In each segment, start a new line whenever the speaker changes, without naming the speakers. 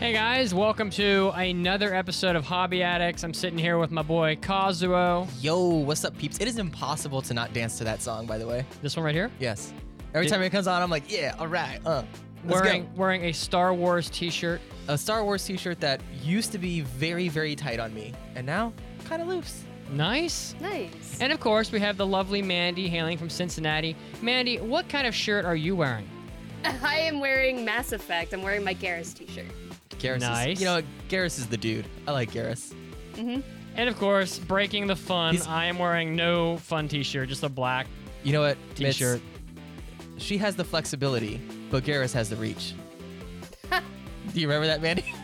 Hey guys, welcome to another episode of Hobby Addicts. I'm sitting here with my boy Kazuo.
Yo, what's up, peeps? It is impossible to not dance to that song, by the way.
This one right here,
Yes. Every
Did-
time it comes on, I'm like, yeah, all right, uh. Let's
wearing
go.
wearing a Star Wars T-shirt.
a Star Wars T-shirt that used to be very, very tight on me, and now kind of loose.
Nice.
Nice.
And of course, we have the lovely Mandy hailing from Cincinnati. Mandy, what kind of shirt are you wearing?
I am wearing Mass Effect. I'm wearing my Garrus t-shirt.
Garrus
Nice.
is, you know, what? Garrus is the dude. I like Garrus.
And of course, breaking the fun,
He's-
I am wearing no fun T-shirt, just a black
You know what? Mitch?
T-shirt.
She has the flexibility, but Garrus has the reach. Do you remember that, Mandy?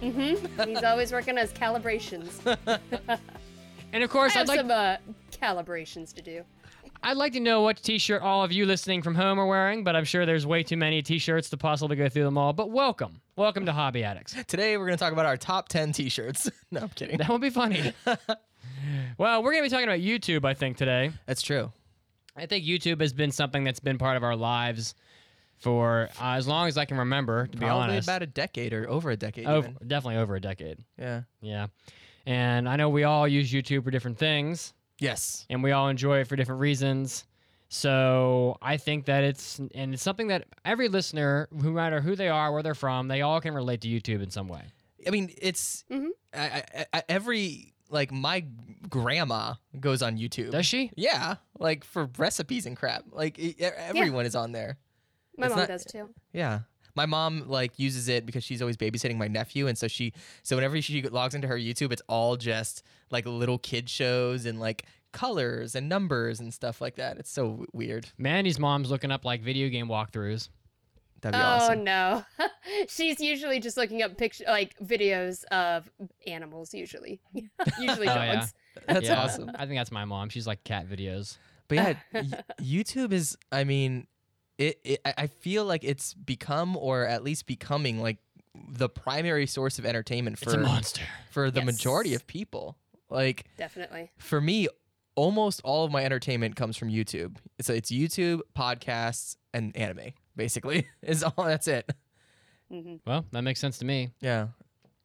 He's always working on his calibrations.
And of
I
course, I'd
have
like
some uh, calibrations to do.
I'd like to know what T-shirt all of you listening from home are wearing, but I'm sure there's way too many T-shirts to possibly go through them all. But welcome, welcome to Hobby Addicts.
Today we're gonna talk about our top 10 T-shirts. no, I'm kidding.
That would be funny. well, we're going to be talking about YouTube, I think, today.
That's true.
I think YouTube has been something that's been part of our lives for uh, as long as I can remember, to be
Probably
honest.
about a decade or over a decade.
Over-
even.
definitely over a decade.
Yeah.
Yeah. And I know we all use YouTube for different things
Yes.
and we all enjoy it for different reasons. So I think that it's and it's something that every listener, no matter who they are, where they're from, they all can relate to YouTube in some way.
I mean, it's
Mhm.
I, I, I, every like my grandma goes on YouTube.
Does she?
Yeah, like for recipes and crap. Like e- e- everyone is on there.
My
It's
mom
not-
does too.
Yeah. My mom like uses it because she's always babysitting my nephew, and so she so whenever she logs into her YouTube, it's all just like little kid shows and like colors and numbers and stuff like that. It's so w- weird.
Mandy's mom's looking up like video game walkthroughs.
That'd
Oh
be awesome.
no, she's usually just looking up picture like videos of animals. Usually, usually
Oh, yeah.
dogs.
That's
Yeah,
awesome.
I think that's my mom. She's like cat videos.
But yeah, y- YouTube is. I mean, it, it. I I feel like it's become, or at least becoming, like the primary source of entertainment
it's a
for
monster.
for the
Yes.
majority of people. Like
Definitely.
for me, almost all of my entertainment comes from YouTube. So it's YouTube, podcasts, and anime. Basically, is all. That's it.
Mhm.
Well, that makes sense to me.
Yeah.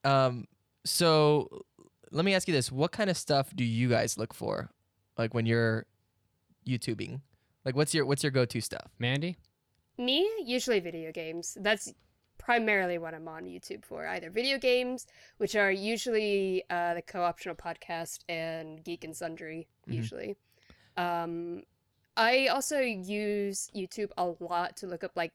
Um. So let me ask you this: What kind of stuff do you guys look for, like when you're YouTubing? Like, what's your what's your go-to stuff?
Mandy?
Me usually video games. That's primarily what I'm on YouTube for. Either video games, which are usually uh, the co-optional podcast, and Geek and Sundry
Mhm.
usually. Um, I also use YouTube a lot to look up like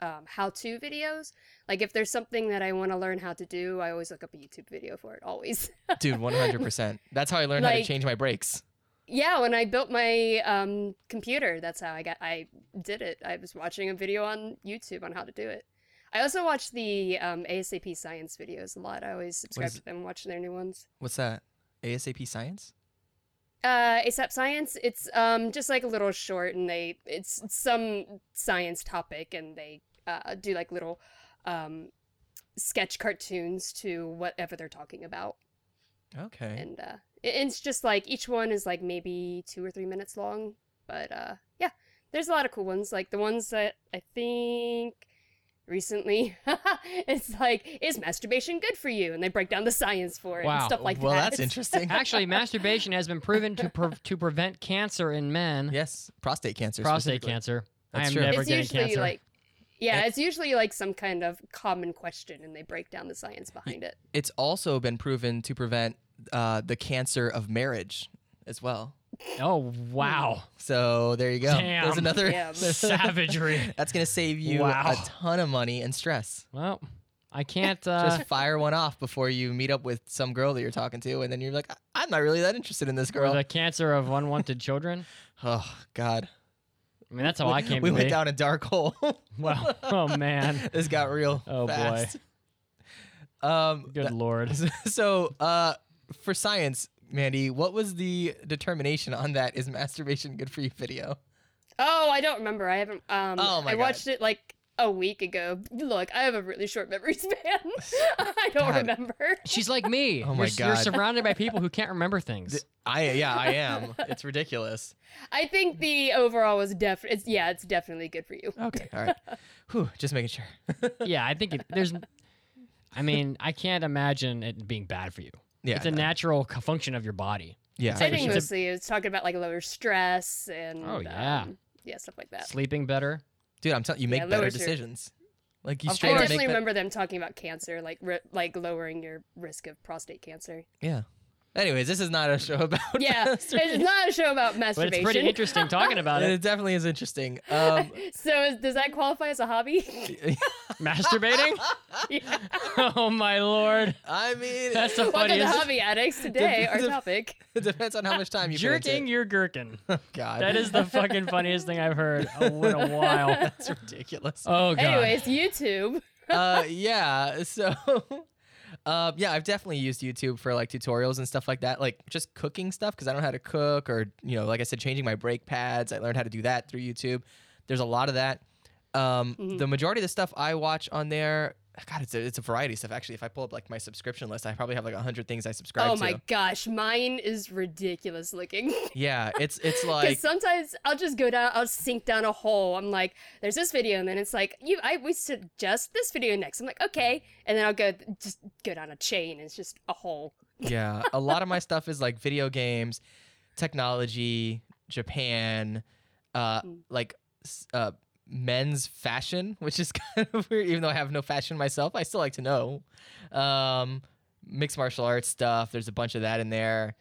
um, how-to videos. Like if there's something that I want to learn how to do, I always look up a YouTube video for it. Always.
Dude, 100%. That's how I learned how to
Like-
change my brakes.
Yeah, when I built my um, computer, that's how I got I did it. I was watching a video on YouTube on how to do it. I also watch the um, ASAP science videos a lot. I always subscribe
is-
to them, watch their new ones.
What's that? ASAP science?
Uh, ASAP science, it's um, just like a little short, and they it's some science topic, and they uh, do like little um, sketch cartoons to whatever they're talking about.
Okay.
and uh, it- it's just like each one is like maybe two or three minutes long but uh yeah there's a lot of cool ones like the ones that i think recently it's like is masturbation good for you and they break down the science for it
Wow.
and stuff like
well,
that
that's interesting.
Actually, masturbation has been proven to pre- to prevent cancer in men.
yes, prostate cancer.
prostate
specifically.
cancer. I
That's
am
true.
never
it's
getting
usually
cancer.
like yeah it's usually like some kind of common question and they break down the science behind it
It's also been proven to prevent uh, the cancer of marriage as well.
oh wow,
So there you go. There's
Damn.
another.
Damn.
there's-
savagery.
That's going to save you
Wow.
a ton of money and stress.
Well, I can't. Uh,
Just fire one off before you meet up with some girl that you're talking to, and then you're like, "I- I'm not really that interested in this
for
girl.
the cancer of unwanted children.
oh God,
I mean, that's how I came
we
to
went
be.
down a dark hole.
Wow. Oh man.
this got real.
Oh, boy.
fast. boy. Um,
Good
th-
lord.
so uh, for science, Mandy, what was the determination on that? Is masturbation good for you? Video.
Oh, I don't remember. I haven't. Um,
Oh my
I
God.
watched it like a week ago. Look, I have a really short memory span. I don't
God.
remember.
She's like me.
Oh my
you're, s- You're
God.
surrounded by people who can't remember things.
Th- I yeah, I am. it's ridiculous.
I think the overall was def. It's, yeah, it's definitely good for you.
Okay, all right. Whew, just making sure.
yeah, I think it, there's. I mean, I can't imagine it being bad for you.
Yeah,
it's a
no.
natural c- function of your body.
yeah.
I think
it's a-
mostly it was talking about like lower stress and
Oh, yeah.
um, yeah, stuff like that.
Sleeping better.
Dude, I'm telling you,
Yeah,
make better
lowers your-
decisions. Like you
Of
I
straight up
definitely
make better.
remember them talking about cancer, like ri- like lowering your risk of prostate cancer.
Yeah. Anyways, this is not a show about.
Yeah,
masturbation.
it's not a show about
But
masturbation.
it's pretty interesting talking about it.
It definitely is interesting. Um,
so, is, does that qualify as a hobby?
Masturbating?
Yeah.
oh my lord.
I mean,
That's the
Welcome to
funniest.
Hobby Addicts. Today, our
Dep-
topic.
Oh,
it depends on how much time you put into
Jerking
it.
your gherkin.
God,
That is the fucking funniest thing I've heard a- in a while.
That's ridiculous.
Oh god.
Anyways, YouTube.
uh, yeah. So, uh, yeah, I've definitely used YouTube for like tutorials and stuff like that, like just cooking stuff because I don't know how to cook, or you know, like I said, changing my brake pads. I learned how to do that through YouTube. There's a lot of that. Um,
Mhm.
The majority of the stuff I watch on there, God, it's a, it's a variety of stuff. Actually, if I pull up like my subscription list, I probably have like hundred things I subscribe
Oh
to.
my gosh, mine is ridiculous looking.
Yeah, it's it's
Because
like
sometimes I'll just go down, I'll sink down a hole. I'm like, there's this video, and then it's like, you, I we suggest this video next. I'm like, okay, and then I'll go just go down a chain. It's just a hole.
yeah, a lot of my stuff is like video games, technology, Japan, uh,
Mm.
like s- uh, men's fashion, which is kind of weird. Even though I have no fashion myself, I still like to know. Um, mixed martial arts stuff. There's a bunch of that in there.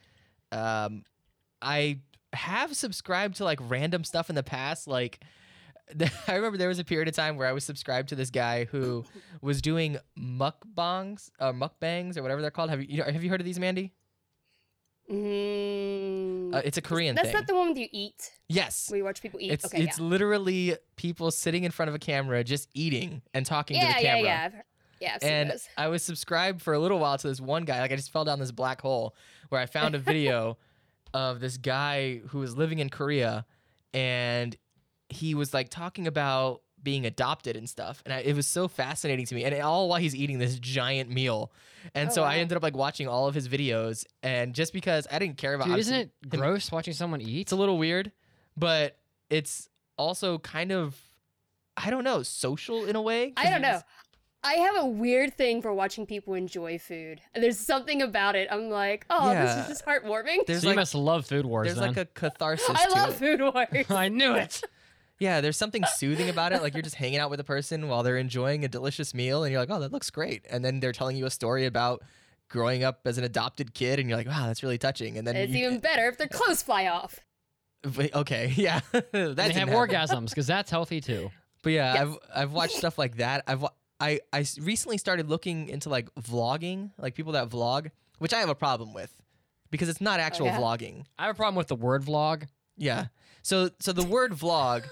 Um, I have subscribed to like random stuff in the past, like. I remember there was a period of time where I was subscribed to this guy who was doing mukbangs or mukbangs or whatever they're called. Have you, you know, have you heard of these, Mandy?
Mm,
Uh, it's a Korean
that's
thing.
not the one with you eat.
yes.
where you watch people eat.
It's
okay,
it's literally people sitting in front of a camera just eating and talking
yeah,
to the
yeah,
camera.
yeah, yeah. I've, heard- yeah, I've seen
and
those.
I was subscribed for a little while to this one guy. Like I just fell down this black hole where I found a video of this guy who was living in Korea, and he was like talking about being adopted and stuff. And I, it was so fascinating to me. And all while he's eating this giant meal, and
Oh,
so I
wow.
ended up like watching all of his videos. And just because I didn't care about,
Dude,
obviously-
isn't it gross watching someone eat?
it's a little weird, but it's also kind of I don't know, social in a way. 'cause
I don't
it's-
know. I have a weird thing for watching people enjoy food. There's something about it. I'm like, oh, this
Yeah.
is just heartwarming.
There's
so you
like
must love Food Wars
there's
then.
like a catharsis
I
to
love
it.
food wars.
I knew it.
Yeah, there's something soothing about it. Like you're just hanging out with a person while they're enjoying a delicious meal and you're like, "Oh, that looks great." And then they're telling you a story about growing up as an adopted kid and you're like, "Wow, that's really touching." And then
it's
you,
even better if their clothes fly off.
Wait, okay, yeah. that
They
didn't
have
happen.
orgasms because that's healthy too.
But yeah,
Yes.
I've I've watched stuff like that. I've wa- I I s- recently started looking into like vlogging, like people that vlog, which I have a problem with because it's not actual
yeah?
vlogging.
I have a problem with the word vlog.
Yeah. So so the word vlog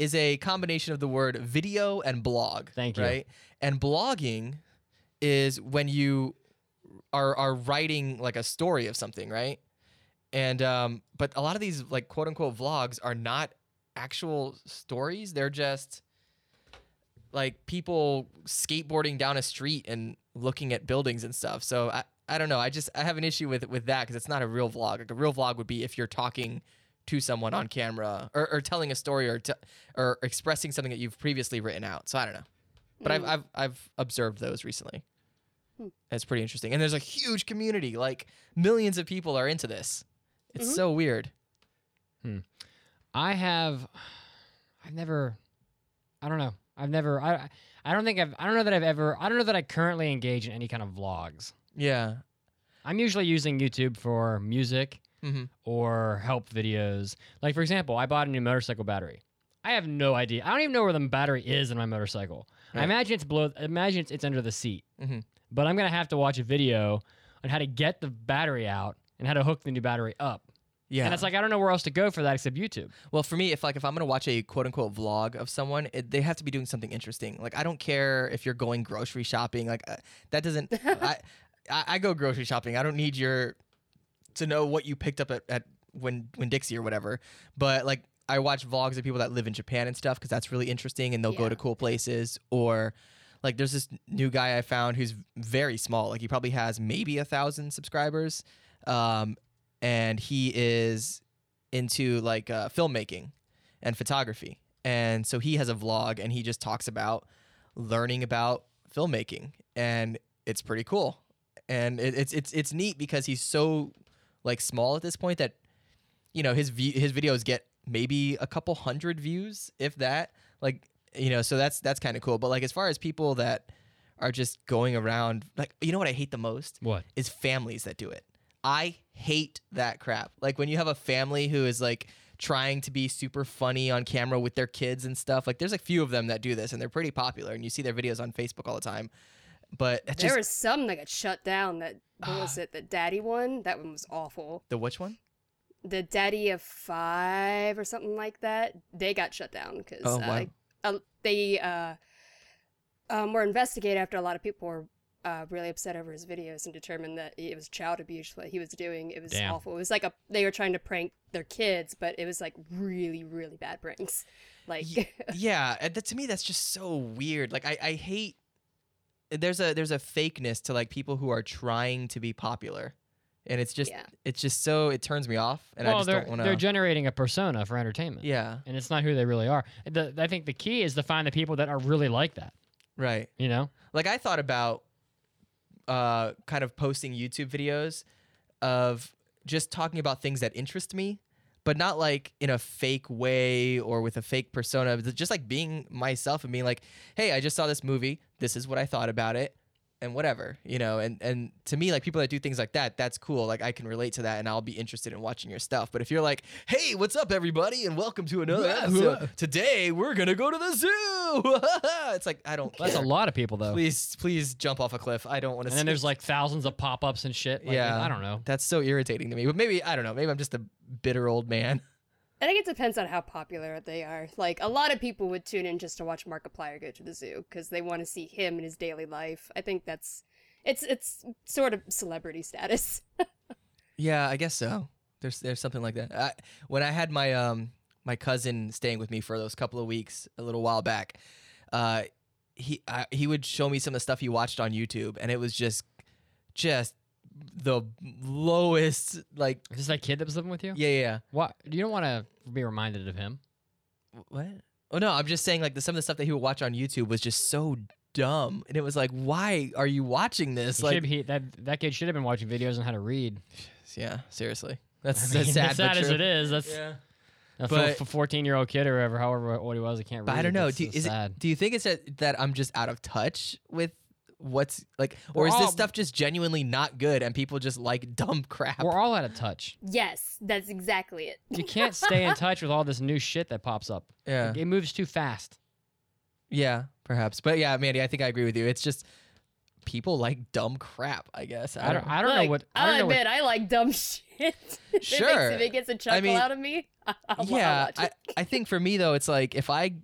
is a combination of the word video and blog.
Thank you.
Right? And blogging is when you are are writing like a story of something, right? And um but a lot of these like quote unquote vlogs are not actual stories. They're just like people skateboarding down a street and looking at buildings and stuff. So I, I don't know. I just I have an issue with with that because it's not a real vlog. Like a real vlog would be if you're talking to someone on camera or, or telling a story or t- or expressing something that you've previously written out. So I don't know. But I've,
Hmm.
Mm.
I've I've observed those recently.
Hmm.
That's pretty interesting. And there's a huge community. Like millions of people are into this. It's
Mm-hmm.
Mhm.
so weird.
I have, I've never, I don't know. I've never, I, I don't think I've, I don't know that I've ever, I don't know that I currently engage in any kind of vlogs.
Yeah.
I'm usually using YouTube for music
Mhm.
or help videos. Like, for example, I bought a new motorcycle battery. I have no idea. I don't even know where the battery is in my motorcycle. I
Right.
imagine it's below. Imagine it's, it's under the seat.
Mhm.
But I'm gonna have to watch a video on how to get the battery out and how to hook the new battery up.
Yeah.
And it's like I don't know where else to go for that except YouTube.
Well, for me, if like if I'm gonna watch a quote unquote vlog of someone, it, they have to be doing something interesting. Like I don't care if you're going grocery shopping. Like uh, that doesn't. I, I I go grocery shopping. I don't need your to know what you picked up at, at when when Dixie or whatever. But like I watch vlogs of people that live in Japan and stuff because that's really interesting, and they'll go
Yeah.
to cool places or. Like there's this new guy I found who's very small. Like he probably has maybe a thousand subscribers, um, and he is into like uh, filmmaking and photography. And so he has a vlog and he just talks about learning about filmmaking and it's pretty cool. And it, it's it's it's neat because he's so like small at this point that you know his view, his videos get maybe a couple hundred views if that. Like you know, so that's that's kind of cool. But like as far as people that are just going around like you know what I hate the most?
What?
is families that do it. I hate that crap. Like when you have a family who is like trying to be super funny on camera with their kids and stuff. Like there's a few of them that do this and they're pretty popular and you see their videos on Facebook all the time. But it's
there
just Ah.
was some that got shut down. That what was it? The daddy one. That one was awful.
the which one?
The daddy of five or something like that. They got shut down because
Oh,
uh,
wow.
uh, they uh, um, were investigated after a lot of people were uh, really upset over his videos and determined that it was child abuse what he was doing. It was
Damn.
awful. It was like a they were trying to prank their kids, but it was like really really bad pranks. Like
Ye- yeah, and that, to me that's just so weird. Like I, I hate there's a there's a fakeness to like people who are trying to be popular. And it's just
Yeah.
it's just so it turns me off and I
well,
just
they're
don't want
they're
to
generating a persona for entertainment.
Yeah,
And it's not who they really are. The, I think the key is to find the people that are really like that.
right.
You know.
Like I thought about uh, kind of posting YouTube videos of just talking about things that interest me, but not like in a fake way or with a fake persona. but Just like being myself and being like, "Hey, I just saw this movie. This is what I thought about it." And whatever, you know, and and to me, like people that do things like that, that's cool. Like I can relate to that, and I'll be interested in watching your stuff. But if you're like, "Hey, what's up, everybody?" and welcome to another episode. Today we're gonna go to the zoo. it's like I don't.
That's
care
a lot of people though.
please please jump off a cliff i don't want to
And then there's like thousands of pop-ups and shit. Like,
Yeah.
I don't know.
that's so irritating to me but maybe i don't know maybe i'm just a bitter old man
I think it depends on how popular they are. Like, a lot of people would tune in just to watch Markiplier go to the zoo because they want to see him in his daily life. I think that's. It's it's sort of celebrity status.
yeah i guess so there's there's something like that I, when i had my um my cousin staying with me for those couple of weeks a little while back uh he I, he would show me some of the stuff he watched on youtube and it was just just the lowest like
Is this that kid that was living with you?
yeah yeah, yeah
What? You don't want to be reminded of him.
what? Oh no, I'm just saying like the, some of the stuff that he would watch on YouTube was just so dumb, and it was like, why are you watching this?
He
like,
should be- that that kid should have been watching videos on how to read.
yeah, seriously, that's,
I mean,
that's sad,
as
but
sad as
true.
it is, that's
Yeah.
a
but-
fourteen-year-old kid or whoever, however old he was, I can't read.
But I don't know.
That's
Do,
so
is
sad.
it, do you think it's that, that I'm just out of touch with what's like, or
We're
is
all-
this stuff just genuinely not good and people just like dumb crap?
We're all out of touch.
Yes, that's exactly it.
You can't stay in touch with all this new shit that pops up.
yeah,
It moves too fast.
yeah, perhaps. But yeah, Mandy, I think I agree with you. It's just people like dumb crap. I guess.
I don't. I don't know
Look,
what. I
oh,
I'll
don't know what.
admit, I like dumb shit. It makes-
Sure.
if it gets a chuckle
mean,
out of me, I'll, I'll
yeah,
watch it.
I, I think for me though, it's like if I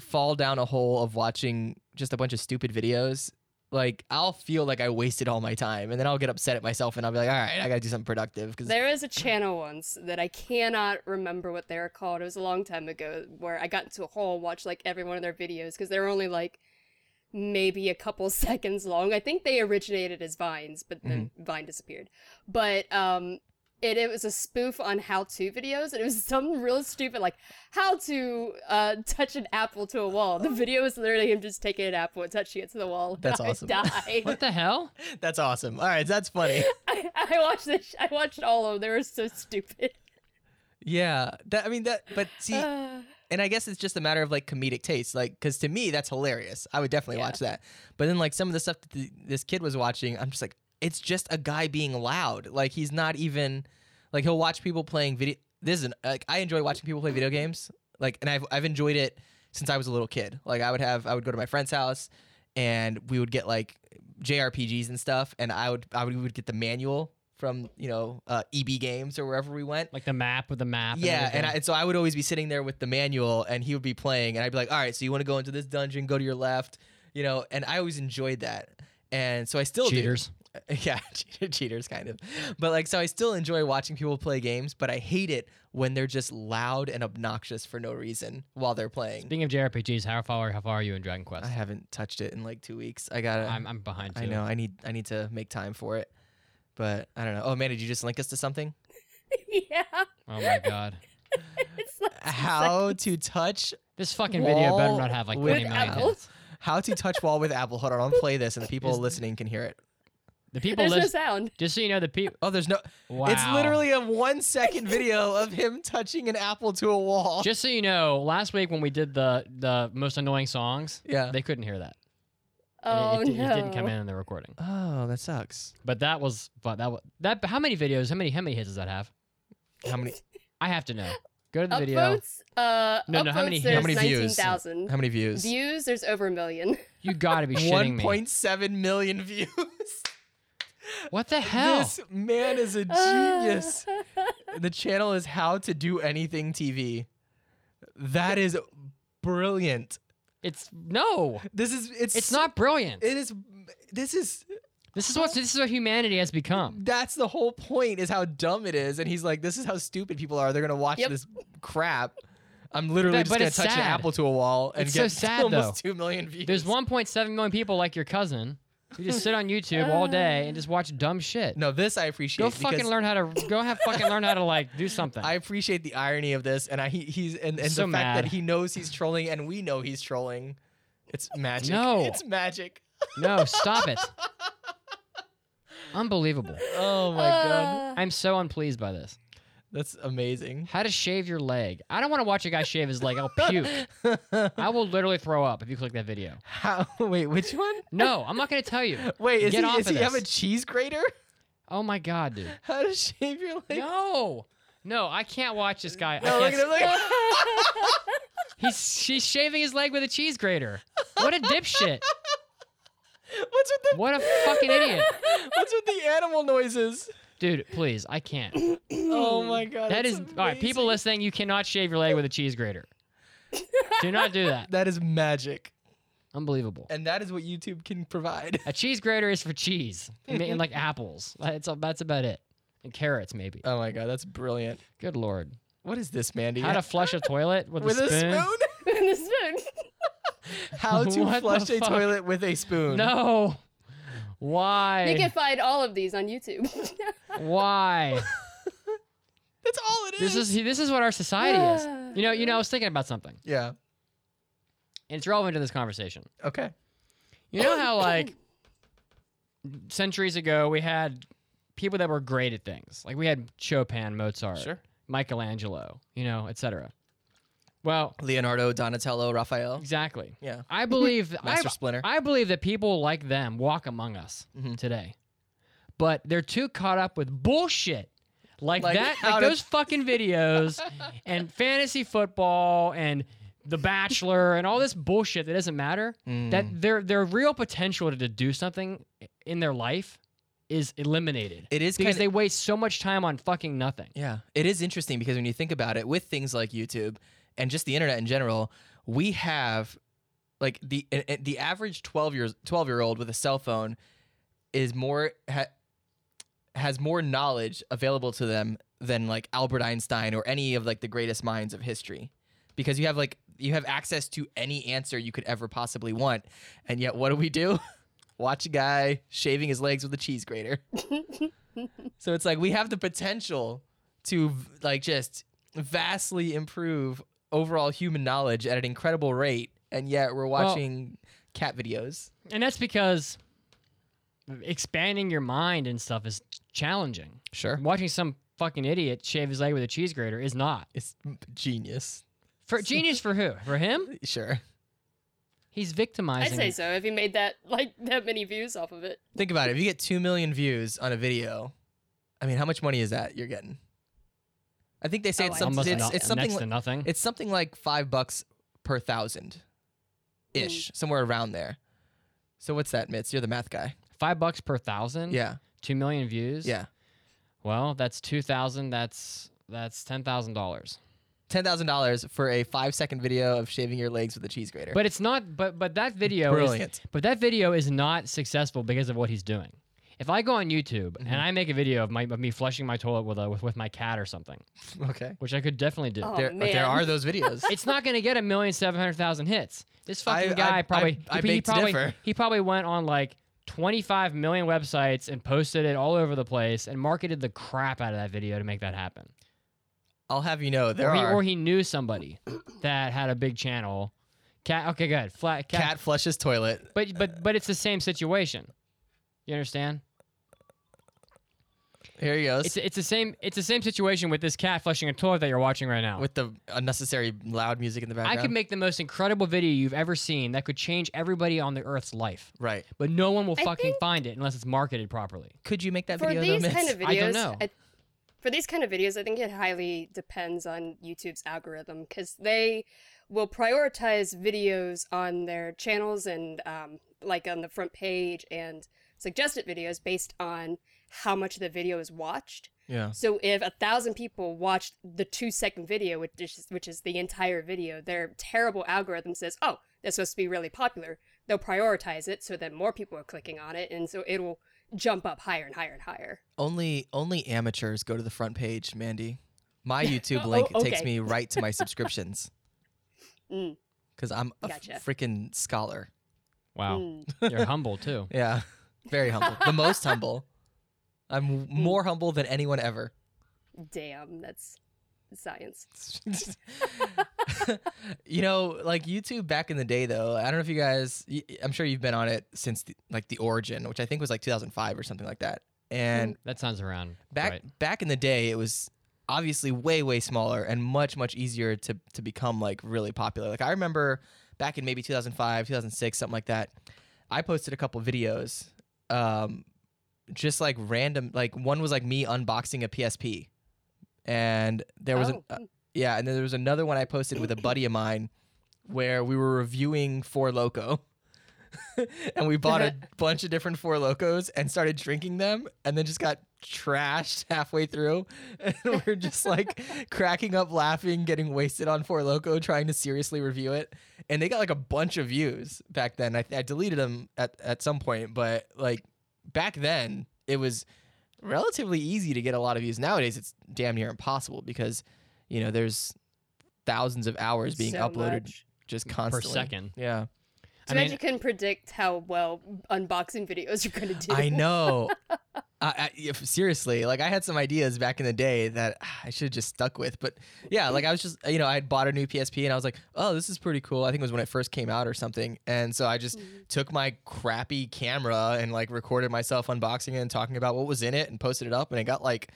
fall down a hole of watching just a bunch of stupid videos, like I'll feel like I wasted all my time, and then I'll get upset at myself, and I'll be like, all right, I gotta do something productive because
There was a channel once that I cannot remember what they were called. It was a long time ago where I got into a hole and watched like every one of their videos because they were only like maybe a couple seconds long. I think they originated as Vines, but then
Mm-hmm.
Vine disappeared. But um it, it was a spoof on how to videos and it was something real stupid like how to uh, touch an apple to a wall. The video was literally him just taking an apple and touching it to the wall.
That's
I
awesome.
died.
What the hell?
that's awesome. All right, that's funny.
I, I watched this I watched all of them. They were so stupid.
yeah, that I mean that, but see,
Ah.
and I guess it's just a matter of like comedic taste, like because to me that's hilarious. I would definitely
Yeah.
watch that. But then like some of the stuff that th- this kid was watching, I'm just like, it's just a guy being loud. Like he's not even like he'll watch people playing video. This is an, like I enjoy watching people play video games. Like, and I've I've enjoyed it since I was a little kid. Like, I would have I would go to my friend's house, and we would get like JRPGs and stuff, and I would I would, we would get the manual from you know uh, EB Games or wherever we went.
Like the map with the map.
Yeah, and,
everything.
I, and so I would always be sitting there with the manual, and he would be playing, and I'd be like, "All right, so you want to go into this dungeon? Go to your left, you know." And I always enjoyed that, and so I still do.
cheaters.
yeah, cheater, cheaters kind of, but like, so I still enjoy watching people play games, but I hate it when they're just loud and obnoxious for no reason while they're playing.
Speaking of JRPGs, how far how far are you in Dragon
I
Quest?
haven't touched it in like two weeks. I gotta.
I'm I'm behind too.
I know. I need. I need to make time for it, but I don't know. Oh man, did you just link us to something?
yeah.
Oh my god.
It's like
How to touch
This fucking video better
Wall
not have like
with
20 million
Apple.
hits.
How to touch wall with apple. Hold on, I'll play this and the people
Is-
listening can hear it.
The people
there's no
list
sound.
just so you know the people
Oh, there's no.
wow.
It's literally a one second video of him touching an apple to a wall.
just so you know, last week when we did the the most annoying songs,
yeah.
they couldn't hear that.
Oh
it, it,
no.
it didn't come in in the recording.
Oh, that sucks.
But that was fun. That wa- that how many videos? How many how many hits does that have?
How many?
I have to know. Go to the video.
Upvotes. Uh,
No, no, how
upvotes,
many- how
There's
many
Nineteen
views?
thousand
How many views?
views. There's over a million.
You gotta be shitting
One
me.
point seven million views.
What the hell?
This man is a genius. the channel is How to Do Anything TV. That is brilliant.
It's no.
This is it's
It's not brilliant.
it is this is
this is what this is what humanity has become.
that's the whole point is how dumb it is and he's like this is how stupid people are they're gonna watch
Yep.
this crap i'm literally
That-
just
but
gonna
it's
touch an
sad.
apple to a wall and
It's so
get
sad,
almost 2 million views
There's 1.7 million people like your cousin who just sit on YouTube all day and just watch dumb shit.
no this i appreciate
go
because
fucking learn how to go have fucking learn how to like do something.
i appreciate the irony of this and i he, he's and, and
So
the fact
mad.
that he knows he's trolling and we know he's trolling it's magic
No.
it's magic
no, stop it. Unbelievable.
oh my god
Uh,
I'm so unpleased by this.
that's amazing
How to shave your leg. I don't want to watch a guy shave his leg. I'll puke. I will literally throw up if you click that video.
how wait which one
No, I'm not going to tell you.
wait is
Get
he,
off
is
of
he have a
this.
cheese grater
Oh my god, dude.
how to shave your leg
No. No, I can't watch this guy. I
No, look
can't
at
s-
him. Look.
Uh,
He's she's shaving his leg with a cheese grater. What a dipshit.
What's with the
What a fucking idiot.
What's with the animal noises?
Dude, please, I can't.
Oh my god.
That
that's
is all right, people
amazing.
listening, you cannot shave your leg with a cheese grater. Do not do that.
That is magic.
Unbelievable.
And that is what YouTube can provide.
A cheese grater is for cheese. I mean, like apples. That's that's about it. And carrots maybe.
Oh my god, that's brilliant.
Good lord.
What is this, Mandy?
How to flush a toilet with,
with a spoon?
the spoon.
How
What
to
the
flush a
fuck?
toilet with a spoon?
No. Why?
You can find all of these on YouTube.
Why?
That's all it is.
this is this is what our society is. You know, you know, I was thinking about something,
Yeah.
and it's relevant to this conversation.
Okay.
You know how like centuries ago we had people that were great at things. Like we had Chopin, Mozart,
Sure.
Michelangelo, you know, etc. Well,
Leonardo, Donatello, Raphael.
exactly.
Yeah.
I believe I,
Master Splinter.
I believe that people like them walk among us
Mhm.
today, but they're too caught up with bullshit like,
Like
that,
how
like
to-
those fucking videos and fantasy football and The Bachelor and all this bullshit that doesn't matter.
Mm.
That their their real potential to do something in their life is eliminated
it is
because
kind
they waste so much time on fucking nothing.
Yeah, it is interesting because when you think about it, with things like YouTube and just the internet in general, we have like the a- a- the average twelve years twelve year old with a cell phone is more ha- has more knowledge available to them than like Albert Einstein or any of like the greatest minds of history, because you have like you have access to any answer you could ever possibly want, and yet what do we do? Watch a guy shaving his legs with a cheese grater. So it's like we have the potential to v- like just vastly improve overall human knowledge at an incredible rate, and yet we're
Well-
watching cat videos.
And that's because expanding your mind and stuff is challenging.
Sure,
Watching some fucking idiot shave his leg with a cheese grater is not.
it's m- genius.
For genius for who? For him?
Sure,
He's victimizing.
I'd say so if you made that like that many views off of it.
think about it. If you get two million views on a video, I mean, how much money is that you're getting? I think they say
Oh,
it's,
I
some,
see.
almost
it's,
no-
it's something
next
like,
to nothing.
it's something like five bucks per thousand, ish, somewhere around there. So what's that, Mitz? You're the math guy.
Five bucks per thousand.
Yeah,
Two million views.
yeah.
Well, that's two thousand. That's that's ten thousand dollars.
Ten thousand dollars for a five second video of shaving your legs with a cheese grater.
But it's not. But but that video is.
brilliant.
But that video is not successful because of what he's doing. If I go on YouTube
Mm-hmm.
and I make a video of my of me flushing my toilet with a with, with my cat or something,
Okay.
which I could definitely do.
Oh,
there, but
man.
there are those videos.
it's not going to get a million seven hundred thousand hits. This fucking
I-
guy
I-
probably
I- I
he, he
beg to
probably
differ.
he probably went on like twenty five million websites and posted it all over the place and marketed the crap out of that video to make that happen.
I'll have you know there
or, he,
are
or he knew somebody that had a big channel. Cat. Okay, good. Flat cat.
cat flushes toilet.
But but but it's the same situation. You understand?
Here he goes
It's it's the same it's the same situation with this cat flushing a toilet that you're watching right now.
with the unnecessary loud music in the
I
background.
could make the most incredible video you've ever seen that could change everybody on the earth's life.
right.
but no one will
I
fucking
think-
find it unless it's marketed properly.
Could you make that
for
video
these
though, Mitz?
kind of videos,
I don't know.
for these kind of videos, I think it highly depends on YouTube's algorithm because they will prioritize videos on their channels and um, like on the front page and suggested videos based on how much the video is watched.
yeah.
So if a thousand people watched the two second video, which is, which is the entire video, their terrible algorithm says, "Oh, that's supposed to be really popular." They'll prioritize it so that more people are clicking on it, and so it'll jump up higher and higher and higher.
Only only amateurs go to the front page, Mandy. My YouTube link
Oh,
takes
okay.
me right to my subscriptions.
Mm.
Because I'm a
Gotcha.
freaking scholar.
Wow,
Mm.
you're humble too.
Yeah. Very humble. the most humble. I'm
Mm.
more humble than anyone ever.
Damn, that's science.
you know, like YouTube back in the day, though. I don't know if you guys. y- I'm sure you've been on it since the, like the origin, which I think was like 2005 or something like that. And
That sounds around
back
right.
back in the day it was obviously way way smaller and much much easier to to become like really popular like i remember back in maybe 2005 2006 something like that i posted a couple videos um just like random like one was like me unboxing a psp and there was an,
Oh.
uh, yeah and then there was another one i posted with a buddy of mine where we were reviewing four loco and we bought a bunch of different Four Locos and started drinking them, and then just got trashed halfway through. And we we're just like cracking up, laughing, getting wasted on Four Loco, trying to seriously review it. And they got like a bunch of views back then. I, I deleted them at at some point, but like back then, it was relatively easy to get a lot of views. Nowadays, it's damn near impossible because you know there's thousands of hours being
So
uploaded
much.
just
per
constantly
second.
Yeah.
I
So
mean-
that you can predict how well unboxing videos are going to do.
I know. I, I, if, seriously, like I had some ideas back in the day that ah, I should have just stuck with, but yeah, like I was just you know I had bought a new PSP and I was like, oh, this is pretty cool. I think it was when it first came out or something, and so I just took my crappy camera and like recorded myself unboxing it and talking about what was in it and posted it up, and it got like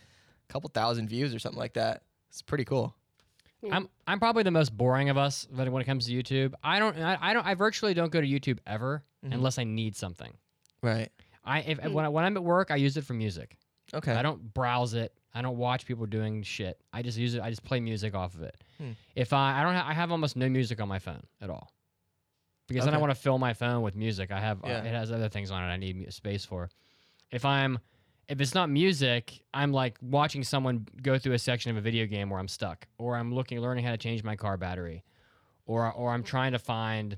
a couple thousand views or something like that. It's pretty cool.
Yeah.
I'm I'm probably the most boring of us when when it comes to YouTube. I don't I, I don't I virtually don't go to YouTube ever
Mhm.
unless I need something.
Right.
I if
Mm.
when I, when I'm at work I use it for music.
Okay.
I don't browse it. I don't watch people doing shit. I just use it. I just play music off of it.
Hmm.
If I I don't ha- I have almost no music on my phone at all, because then I
Okay.
want to fill my phone with music. I have uh,
Yeah.
it has other things on it. I need mu- space for. If I'm if it's not music, I'm like watching someone go through a section of a video game where I'm stuck, or I'm looking learning how to change my car battery, or or I'm trying to find,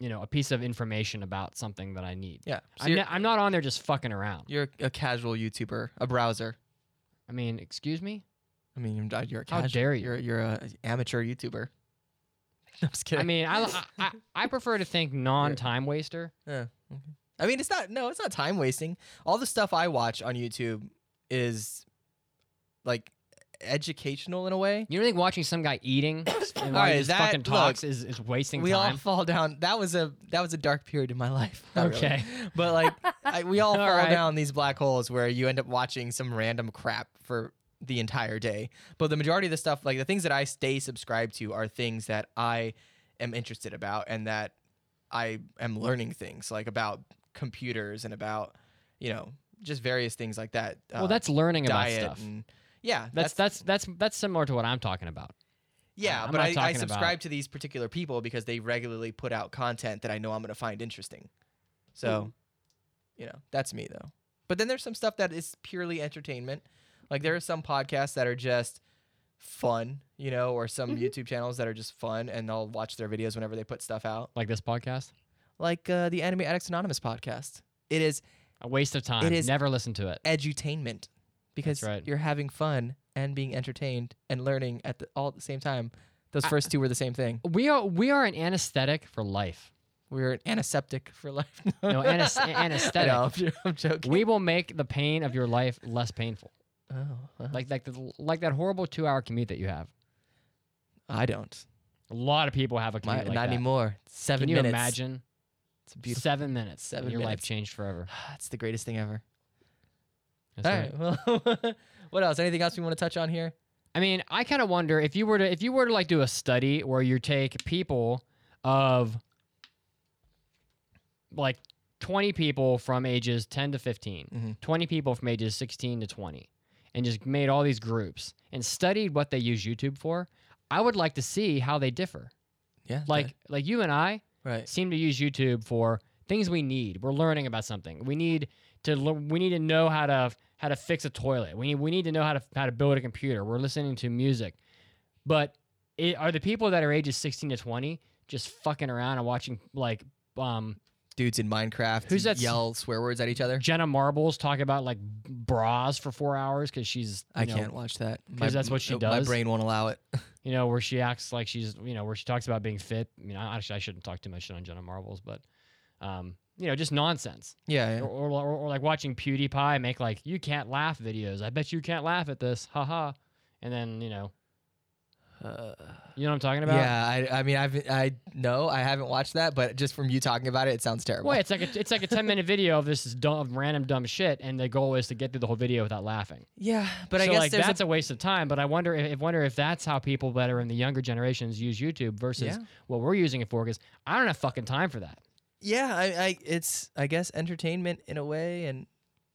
you know, a piece of information about something that I need.
yeah. So
I'm,
you're,
ne- I'm not on there just fucking around.
you're a casual YouTuber, a browser.
I mean, excuse me.
I mean, you're- you're a
How
casual.
dare you.
You're you're a amateur YouTuber. I'm just kidding.
I mean, I, I- I I prefer to think non-time waster.
I mean, it's not no, it's not time wasting. All the stuff I watch on YouTube is like educational in a way.
You don't think watching some guy eating and while
right,
he just
that-
fucking
look,
talks is, is wasting
We all
time?
fall down. That was a that was a dark period in my life. Not really.
Okay.
but like I, we all,
All
fall
right.
down these black holes where you end up watching some random crap for the entire day. But the majority of the stuff, like the things that I stay subscribed to, are things that I am interested about and that I am learning things like about computers and about you know just various things like that. uh,
well, that's learning about
diet
stuff.
and Yeah,
That's that's that's that's similar to what I'm talking about.
yeah,
I'm
but
not
I, I
talking about-
subscribe to these particular people because they regularly put out content that I know I'm going to find interesting. So,
Hmm.
you know, that's me though. But then there's some stuff that is purely entertainment. Like there are some podcasts that are just fun, you know, or some
Mm-hmm.
Mhm.
YouTube channels that are just fun, and I'll watch their videos whenever they put stuff out.
Like this podcast,
Like uh, the Anime Addicts Anonymous podcast. It is
a waste of time.
is-
Never listen to it.
edutainment because
right.
you're having fun and being entertained and learning at the, all at the same time. Those first two were the same thing.
We are we are an anesthetic for life.
We were an antiseptic for life.
No, anes- an-
I
anesthetic.
know, I'm, jo- I'm joking.
We will make the pain of your life less painful.
oh, wow.
Like like the, like that horrible two hour commute that you have.
I don't.
A lot of people have a
My,
commute like
not
that.
anymore. Seven
Can you
minutes.
imagine?
It's beautiful.
Seven minutes. and
Seven
your life
minutes.
changed forever.
It's the greatest thing ever.
That's right.
all right. Well, what else? Anything else we want to touch on here?
I mean, I kind of wonder if you were to if you were to like do a study where you take people of like 20 people from ages 10 to 15,
Mhm.
20 people from ages 16 to 20 and just made all these groups and studied what they use YouTube for, I would like to see how they differ.
Yeah.
Like like you and I
right.
seem to use YouTube for things we need. We're learning about something. We need to lear- we need to know how to how to fix a toilet. We need we need to know how to how to build a computer. We're listening to music, but it, are the people that are ages sixteen to twenty just fucking around and watching like um
Dudes in Minecraft
Who's that s-
yell swear words at each other.
Jenna Marbles talk about like bras for four hours because she's you
I
know,
can't watch that.
'cause that's what she
My
does.
brain won't allow it.
you know where she acts like she's you know where she talks about being fit. You know, actually I shouldn't talk too much shit on Jenna Marbles, but um you know just nonsense.
Yeah. yeah.
or, or, or, or like watching PewDiePie make like you can't laugh videos. I bet you can't laugh at this, haha. And then you know,
Uh,
you know what I'm talking about.
Yeah, I, I mean, I've I no, I haven't watched that, but just from you talking about it, it sounds terrible.
Well, it's like a, it's like a 10 minute video of this dumb, of random dumb shit, and the goal is to get through the whole video without laughing.
yeah, but I
So,
guess
like
there's
that's
a,
a, waste of time. But I wonder if, if wonder if that's how people that are in the younger generations use YouTube versus
Yeah.
what we're using it for. Because I don't have fucking time for that.
yeah, I, I it's I guess entertainment in a way, and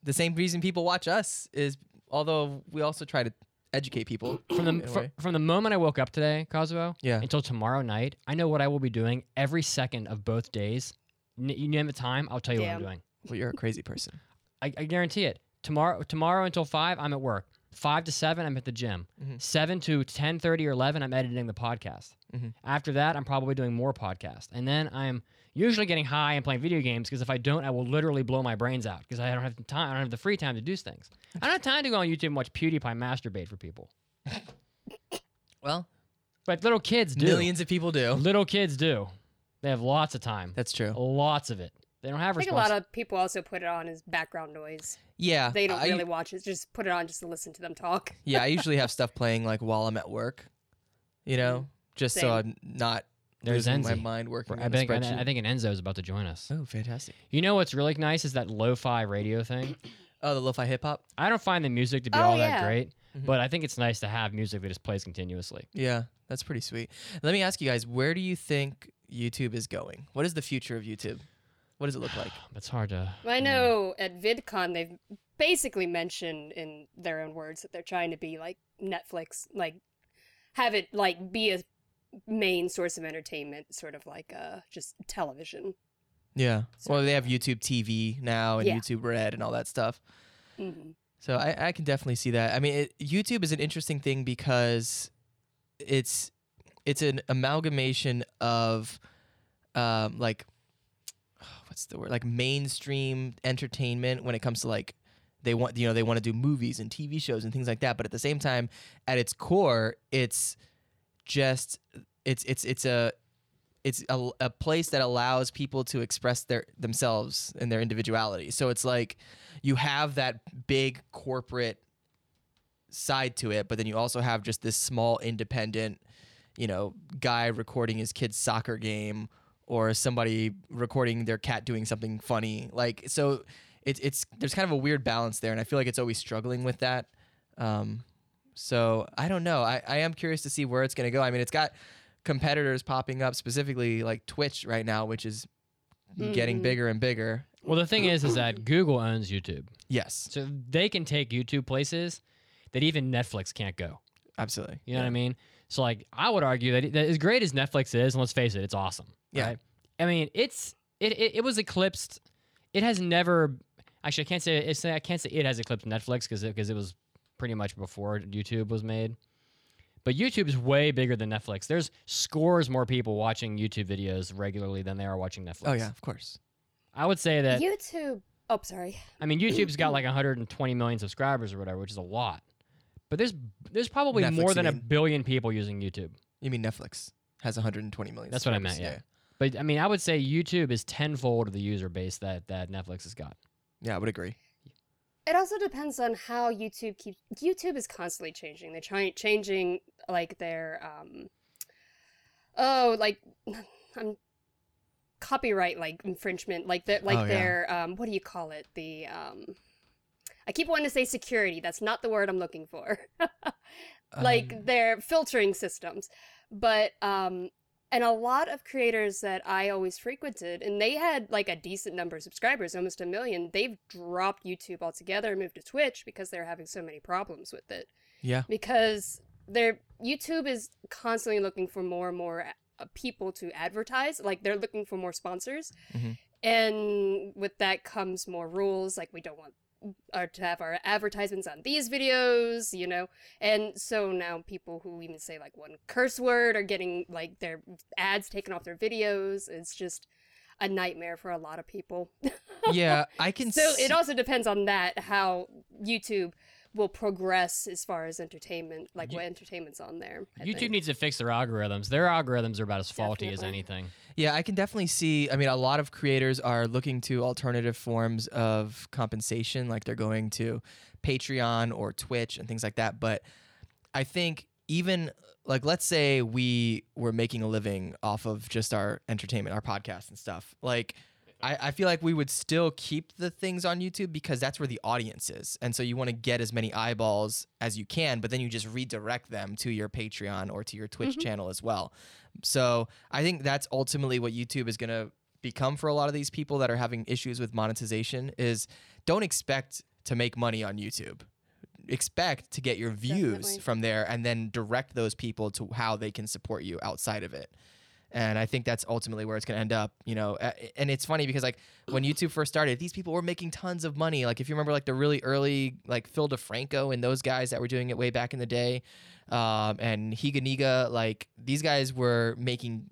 the same reason people watch us is although we also try to educate people
From
in
the
a
fr-
way.
from the moment I woke up today, Cosmo,
yeah
until tomorrow night, I know what I will be doing every second of both days. N- you name the time, I'll tell you what I'm
Damn.
doing.
well you're a crazy person
I, I guarantee it. Tomorrow, tomorrow until five, I'm at work. Five to seven, I'm at the gym.
Mhm.
Seven to ten thirty or eleven, I'm editing the podcast.
Mhm.
After that, I'm probably doing more podcast, and then I'm usually getting high and playing video games because if I don't, I will literally blow my brains out because I don't have the time. I don't have the free time to do things. I don't have time to go on YouTube and watch PewDiePie masturbate for people.
well
But little kids do.
millions of people do
Little kids do. They have lots of time.
that's true
Lots of it. They don't have
I think a lot
responsibility.
of people also put it on as background noise.
yeah
They don't
Uh, I,
really watch it; just put it on just to listen to them talk.
yeah I usually have stuff playing like while I'm at work you
Mm.
know just so I'm not
There's
losing my
Enzi.
mind working
I
on a
think,
spreadsheet
I think an Enzo is about to join us.
oh fantastic
You know what's really nice is that lo-fi radio thing.
oh the lo-fi hip hop
I don't find the music to be
Oh,
all that
yeah.
great,
Mhm.
but I think it's nice to have music that just plays continuously.
Yeah, that's pretty sweet. Let me ask you guys, where do you think YouTube is going? What is the future of YouTube? What does it look like?
It's hard to.
I know at VidCon they've basically mentioned in their own words that they're trying to be like Netflix, like have it like be a main source of entertainment, sort of like uh just television.
Yeah.
Sort
Well,
of.
they have YouTube TV now and
Yeah.
YouTube Red and all that stuff.
Mhm.
So I, I can definitely see that. I mean, it, YouTube is an interesting thing because it's it's an amalgamation of um, like what's the word like mainstream entertainment when it comes to like they want you know they want to do movies and TV shows and things like that. But at the same time, at its core, it's just it's it's it's a it's a, a place that allows people to express their themselves and their individuality. So it's like you have that big corporate side to it, but then you also have just this small independent, you know, guy recording his kid's soccer game or somebody recording their cat doing something funny. Like so it's it's there's kind of a weird balance there and I feel like it's always struggling with that. Um so I don't know. I, I am curious to see where it's gonna go. I mean it's got competitors popping up specifically like Twitch right now, which is getting
Mhm.
bigger and bigger.
Well, the thing is, is that Google owns YouTube,
Yes.
so they can take YouTube places that even Netflix can't go.
Absolutely.
You know what I mean? So like, I would argue that, that as great as Netflix is, and let's face it, it's awesome.
Yeah.
right? I mean, it's it, it it was eclipsed. It has never actually. I can't say it's, I can't say it has eclipsed Netflix because because it, was pretty much before YouTube was made. But YouTube's way bigger than Netflix. There's scores more people watching YouTube videos regularly than there are watching Netflix.
Oh yeah, of course.
I would say that.
YouTube. Oh, sorry.
I mean, YouTube's got like 120 million subscribers or whatever, which is a lot. But there's there's probably
Netflix,
more
you
than a
mean?
billion people using YouTube.
You mean Netflix has 120 million.
That's what I meant,
subscribers.
But I mean, I would say YouTube is tenfold of the user base that that Netflix has got.
Yeah, I would agree.
It also depends on how YouTube keeps. YouTube is constantly changing. They're trying changing like their um. Oh, like I'm copyright like infringement, like the like
Oh, yeah.
their um. What do you call it? The um. I keep wanting to say security. That's not the word I'm looking for. like
Um,
their filtering systems but um and a lot of creators that i always frequented and they had like a decent number of subscribers almost a million they've dropped youtube altogether and moved to twitch because they're having so many problems with it
yeah.
because their youtube is constantly looking for more and more uh, people to advertise like they're looking for more sponsors
Mhm.
and with that comes more rules like we don't want our, to have our advertisements on these videos you know and so now people who even say like one curse word are getting like their ads taken off their videos it's just a nightmare for a lot of people
Yeah, I can.
so
see-
it also depends on that how YouTube will progress as far as entertainment, like
Yo-
what entertainment's on there. I
YouTube
think.
needs to fix their algorithms. Their algorithms are about as faulty as
Definitely.
anything.
Yeah, I can definitely see. I mean, a lot of creators are looking to alternative forms of compensation, like they're going to Patreon or Twitch and things like that. But I think even like let's say we were making a living off of just our entertainment, our podcast and stuff. Like I, I feel like we would still keep the things on YouTube because that's where the audience is. And so you want to get as many eyeballs as you can, but then you just redirect them to your Patreon or to your Twitch
Mhm.
channel as well. So I think that's ultimately what YouTube is going to become for a lot of these people that are having issues with monetization is don't expect to make money on YouTube. Expect to get your views
Definitely.
from there and then direct those people to how they can support you outside of it. And I think that's ultimately where it's going to end up, you know. A- And it's funny because like when YouTube first started, these people were making tons of money. Like if you remember like the really early like Phil DeFranco and those guys that were doing it way back in the day, um, and Higaniga, like these guys were making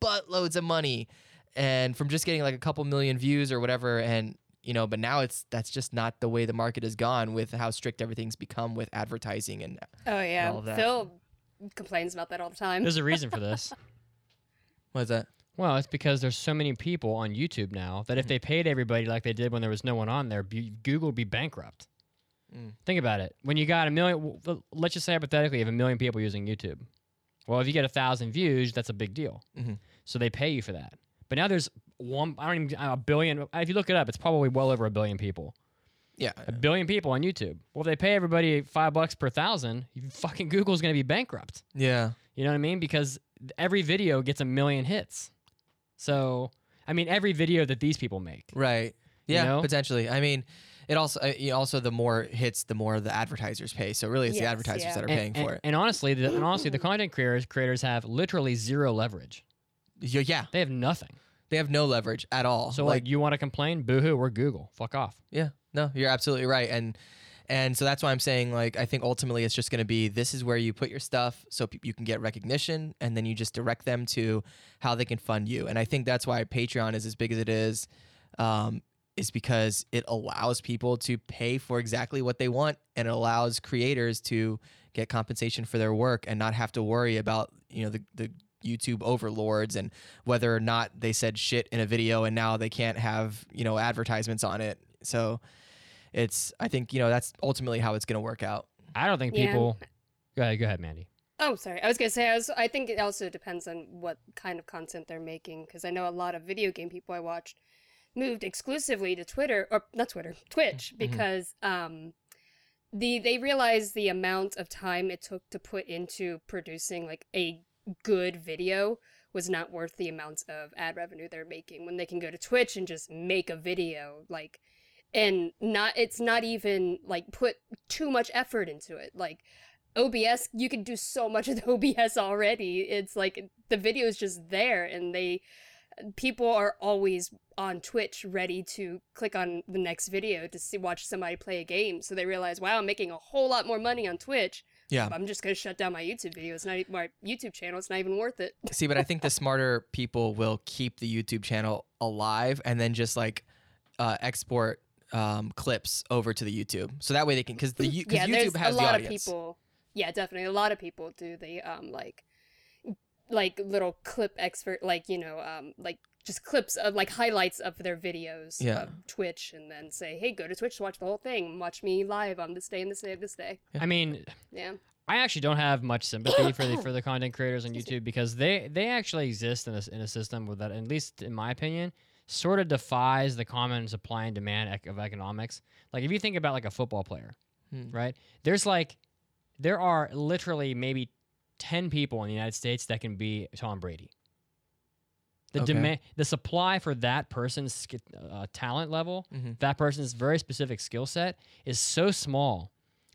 buttloads of money, and from just getting like a couple million views or whatever, and you know, but now it's that's just not the way the market has gone with how strict everything's become with advertising and
Oh
all of
yeah,
that.
Phil complains about that all the time.
There's a reason for this.
what is that?
Well, it's because there's so many people on YouTube now that if
Mm.
they paid everybody like they did when there was no one on there, bu- Google would be bankrupt.
Mm.
Think about it. When you got a million, w- w- let's just say hypothetically, you have a million people using YouTube. Well, if you get a thousand views, that's a big deal.
Mm-hmm.
Mhm.
So they pay you for that. But now there's one, I don't even, a billion. If you look it up, it's probably well over a billion people.
Yeah,
A billion people on YouTube. Well, if they pay everybody five bucks per thousand, you, fucking Google's going to be bankrupt.
yeah,
You know what I mean? Because th- every video gets a million hits. So, I mean, every video that these people make.
right.
You
Yeah,
know?
potentially. I mean, it also uh, you also the more hits, the more the advertisers pay. So really, it's the
Yes,
advertisers
yeah.
that are
And-
paying
and,
for it.
And honestly, the, and honestly, the content creators creators have literally zero leverage.
Y- yeah,
They have nothing.
they have no leverage at all.
So, like, you want to complain? Boo hoo, we're Google. Fuck off.
Yeah. No, you're absolutely right. And and so that's why I'm saying like I think ultimately it's just going to be this is where you put your stuff so pe- you can get recognition and then you just direct them to how they can fund you. And I think that's why Patreon is as big as it is um is because it allows people to pay for exactly what they want and it allows creators to get compensation for their work and not have to worry about, you know, the the YouTube overlords and whether or not they said shit in a video and now they can't have you know advertisements on it so it's i think you know that's ultimately how it's going to work out
I don't think
Yeah.
people. Go ahead, go ahead, Mandy.
Oh, sorry. I was gonna say. I, was, I think it also depends on what kind of content they're making, because I know a lot of video game people I watched moved exclusively to Twitter or not Twitter, Twitch,
Mhm.
because um, the they realized the amount of time it took to put into producing like a good video was not worth the amount of ad revenue they're making when they can go to Twitch and just make a video like and not it's not even like put too much effort into it like obs you can do so much with obs already it's like the video is just there and they people are always on twitch ready to click on the next video to see watch somebody play a game so they realize wow i'm making a whole lot more money on twitch
Yeah.
i'm just gonna shut down my youtube video it's not e- my youtube channel it's not even worth it
See, but I think the smarter people will keep the YouTube channel alive and then just like uh, export um, clips over to the YouTube. So that way they can, because the you- 'cause
yeah,
YouTube
there's
has
a lot
the
of
audience.
people. Yeah, definitely, a lot of people do the um like like little clip expert, like you know um like just clips of like highlights of their videos
Yeah.
of Twitch, and then say, hey, go to Twitch to watch the whole thing, watch me live on this day and this day of this day.
I mean,
Yeah,
I actually don't have much sympathy for the for the content creators on YouTube because they they actually exist in a, s- in a system with that, at least in my opinion, sort of defies the common supply and demand ec- of economics. Like if you think about like a football player,
Hmm.
right? There's like there are literally maybe ten people in the United States that can be Tom Brady. The
Okay.
demand, the supply for that person's sk- uh, talent level,
Mhm.
that person's very specific skill set is so small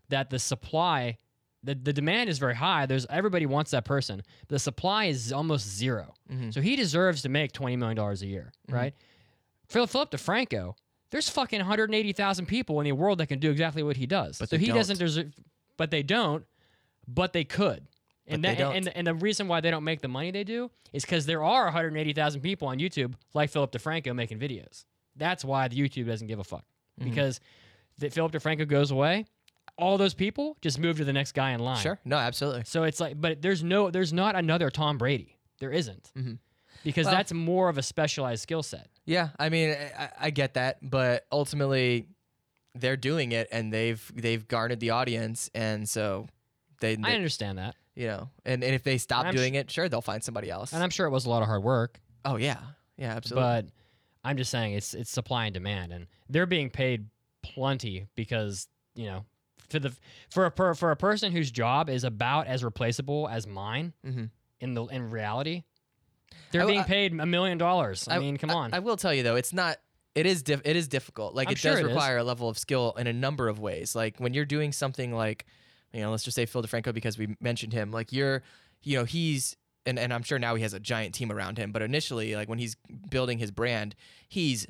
that the supply the, the demand is very high. There's everybody wants that person. The supply is almost zero.
Mhm.
So he deserves to make twenty million dollars a year,
Mhm.
right? For Philip DeFranco, there's fucking 180,000 people in the world that can do exactly what he does.
But
so
they
he
don't.
doesn't deserve, but they don't, but they could. And
But they
that and, and the reason why they don't make the money they do is because there are 180,000 people on YouTube like Philip DeFranco making videos. That's why the YouTube doesn't give a fuck
Mhm.
because that Philip DeFranco goes away, all those people just move to the next guy in line.
Sure. No, absolutely.
So it's like, but there's no, there's not another Tom Brady. There isn't.
Mhm.
Because
Well-
that's more of a specialized skill set.
Yeah, I mean, I, I- I get that, but ultimately, they're doing it, and they've they've garnered the audience, and so they,
I
they-
understand that,
you know, and, and if they stop
I'm
doing it, sure, they'll find somebody else.
and I'm sure it was a lot of hard work,
oh yeah, yeah, absolutely.
but I'm just saying it's it's supply and demand, and they're being paid plenty because you know for the for a per, for a person whose job is about as replaceable as mine
Mhm.
in the in reality, they're
I-
being
I-
paid a million dollars. I, mean, come
I-
on.
I, will tell you though, it's not. It is diff- It is difficult. Like
I'm
it
sure
does
it is.
require a level of skill in a number of ways. Like when you're doing something like, you know, let's just say Phil DeFranco because we mentioned him. Like you're, you know, he's. And, and I'm sure now he has a giant team around him. But initially, like when he's building his brand, he's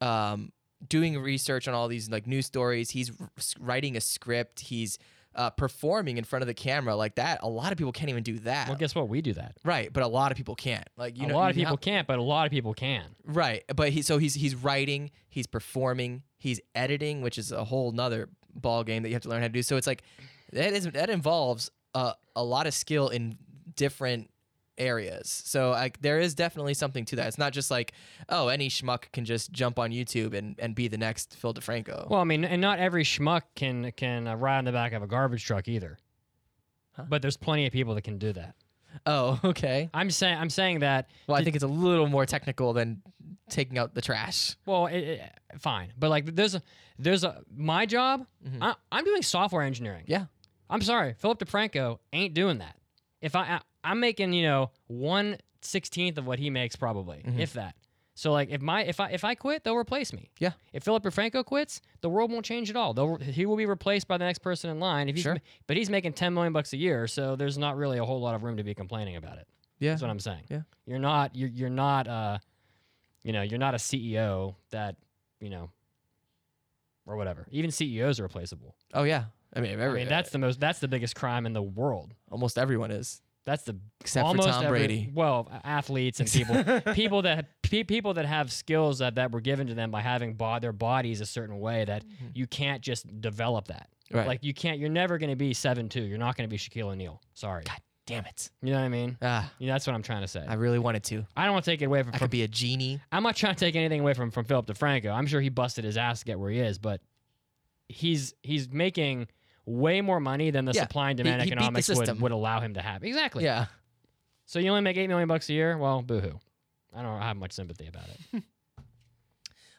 um, doing research on all these like news stories. He's r- s- writing a script. He's uh, performing in front of the camera like that. A lot of people can't even do that.
well, guess what? We do that.
right, but a lot of people can't. Like you
a
know,
lot of
you know-
people can't, but a lot of people can.
Right, but he so he's he's writing, he's performing, he's editing, which is a whole nother ball game that you have to learn how to do. So it's like that is that involves uh, a lot of skill in different areas. So like there is definitely something to that. It's not just like oh any schmuck can just jump on YouTube and and be the next Phil DeFranco.
Well, I mean, and not every schmuck can can uh, ride on the back of a garbage truck either.
Huh?
But there's plenty of people that can do that.
oh, okay.
I'm saying I'm saying that.
Well, I think it's a little more technical than taking out the trash.
Well, it, it- fine, but like there's a there's a my job.
Mhm.
I, I'm doing software engineering.
Yeah.
I'm sorry, Philip DeFranco ain't doing that. If I, I I'm making you know one sixteenth of what he makes probably,
Mhm.
if that. So like if my if I if I quit, they'll replace me.
Yeah.
If Philip DeFranco quits, the world won't change at all. They'll, he will be replaced by the next person in line. If he's,
Sure.
But he's making ten million bucks a year, so there's not really a whole lot of room to be complaining about it.
Yeah.
That's what I'm saying.
Yeah.
You're not you're you're not uh you know, you're not a CEO that, you know, or whatever. Even CEOs are replaceable.
Oh yeah. I mean, every,
I mean, that's the most that's the biggest crime in the world.
almost everyone is
That's the
except
almost
for Tom
every-
Brady.
Well, a- athletes and people people that pe- people that have skills that, that were given to them by having bo- their bodies a certain way that
Mhm.
you can't just develop that.
right.
Like you can't you're never going to be 7'2. You're not going to be Shaquille O'Neal. Sorry.
damn it.
You know what I mean?
Ah,
Yeah, that's what I'm trying to say.
I really wanted to.
I don't want to take it away from,
I
from
could be a genie.
I'm not trying to take anything away from from Philip DeFranco. I'm sure he busted his ass to get where he is, but he's he's making way more money than the
Yeah,
supply and
he-
demand
he beat the
economics would,
system.
would allow him to have. Exactly.
Yeah.
So you only make eight million bucks a year. Well, boohoo. I don't have much sympathy about it,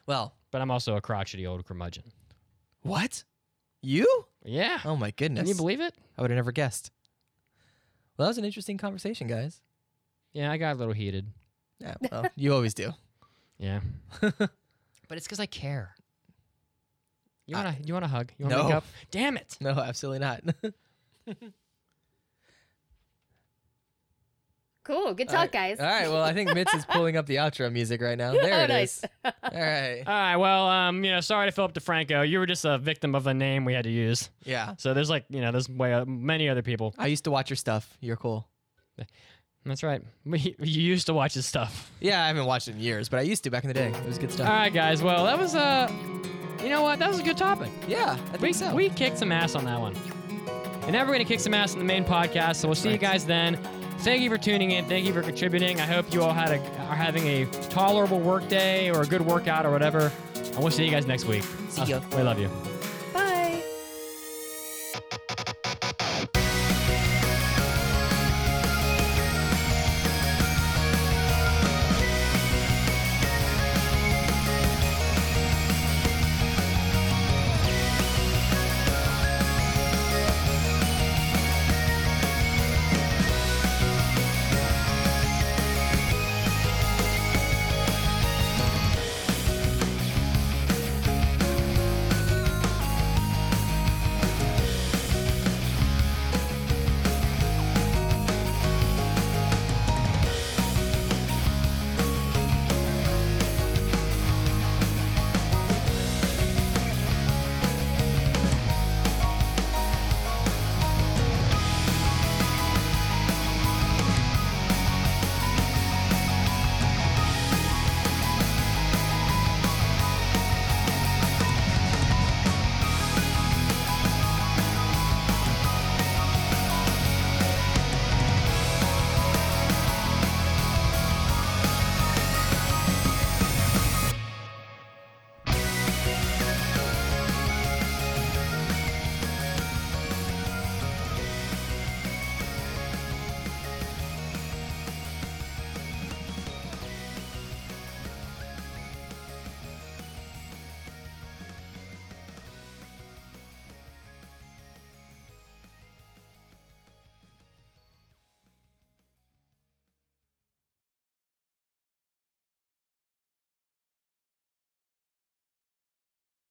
Well,
but I'm also a crotchety old curmudgeon.
what? You?
Yeah.
Oh my goodness.
Can you believe it?
I would have never guessed. Well, that was an interesting conversation, guys.
Yeah, I got a little heated.
Yeah, well, you always do.
Yeah. but it's because I care. You
Uh,
want to you want to hug? You want to
no.
make up? Damn it.
No, absolutely not.
Cool. Good
All
talk,
right.
guys.
All right. Well, I think Mitz is pulling up the outro music right now. There
oh,
it
nice.
is. All right.
All right. Well, um, you know, sorry to Philip DeFranco. You were just a victim of a name we had to use.
Yeah.
So there's like, you know, there's way uh, many other people.
I used to watch your stuff. You're cool.
That's right. We, you used to watch his stuff.
Yeah, I haven't watched it in years, but I used to back in the day. It was good
All
stuff.
right, guys. Well, that was uh, you know what? That was a good topic.
Yeah, I
We,
think so.
we kicked some ass on that one. And now we're going to kick some ass in the main podcast. So we'll see you
Right.
guys then. Thank you for tuning in. Thank you for contributing. I hope you all had a, are having a tolerable work day or a good workout or whatever. And we'll see you guys next week.
See ya.
We love you.